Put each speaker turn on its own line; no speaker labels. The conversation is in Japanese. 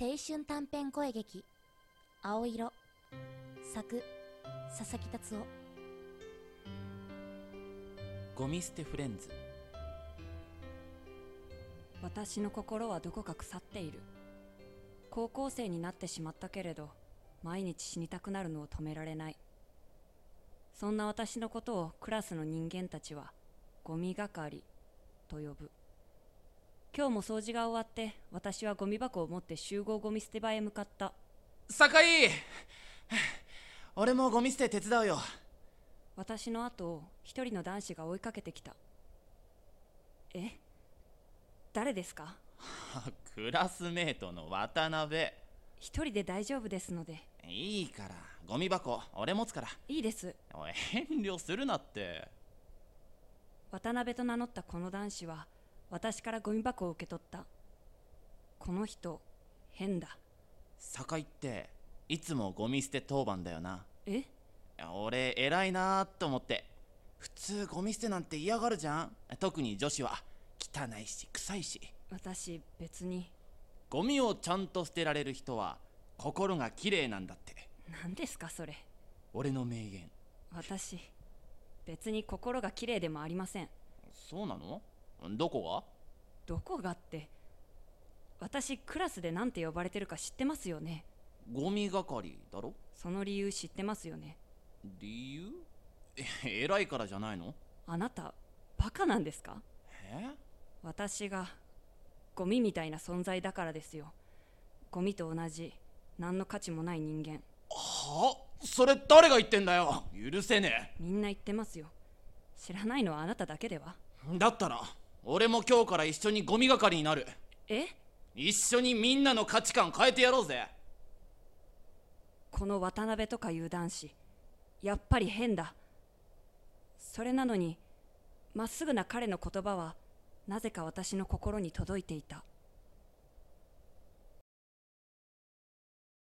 青春短編声劇青色作佐々木達夫
ゴミ捨てフレンズ
私の心はどこか腐っている高校生になってしまったけれど毎日死にたくなるのを止められないそんな私のことをクラスの人間たちはゴミ係と呼ぶ今日も掃除が終わって私はゴミ箱を持って集合ゴミ捨て場へ向かった
酒井俺もゴミ捨て手伝うよ
私の後を一人の男子が追いかけてきたえ誰ですか
クラスメートの渡辺
一人で大丈夫ですので
いいからゴミ箱俺持つから
いいです
おい遠慮するなって
渡辺と名乗ったこの男子は私からゴミ箱を受け取ったこの人変だ
酒井っていつもゴミ捨て当番だよな
え
いや俺偉いなーと思って普通ゴミ捨てなんて嫌がるじゃん特に女子は汚いし臭いし
私別に
ゴミをちゃんと捨てられる人は心が綺麗なんだって
何ですかそれ
俺の名言
私別に心が綺麗でもありません
そうなのどこ
どこがって私クラスで何て呼ばれてるか知ってますよね
がゴミ係だろ
その理由知ってますよね
理由 え偉いからじゃないの
あなたバカなんですか
え
私がゴミみたいな存在だからですよゴミと同じ何の価値もない人間
はあそれ誰が言ってんだよ許せね
みんな言ってますよ知らないのはあなただけでは
えだったら俺も今日から一緒にゴミ係になる
え
一緒にみんなの価値観変えてやろうぜ
この渡辺とかいう男子やっぱり変だそれなのにまっすぐな彼の言葉はなぜか私の心に届いていた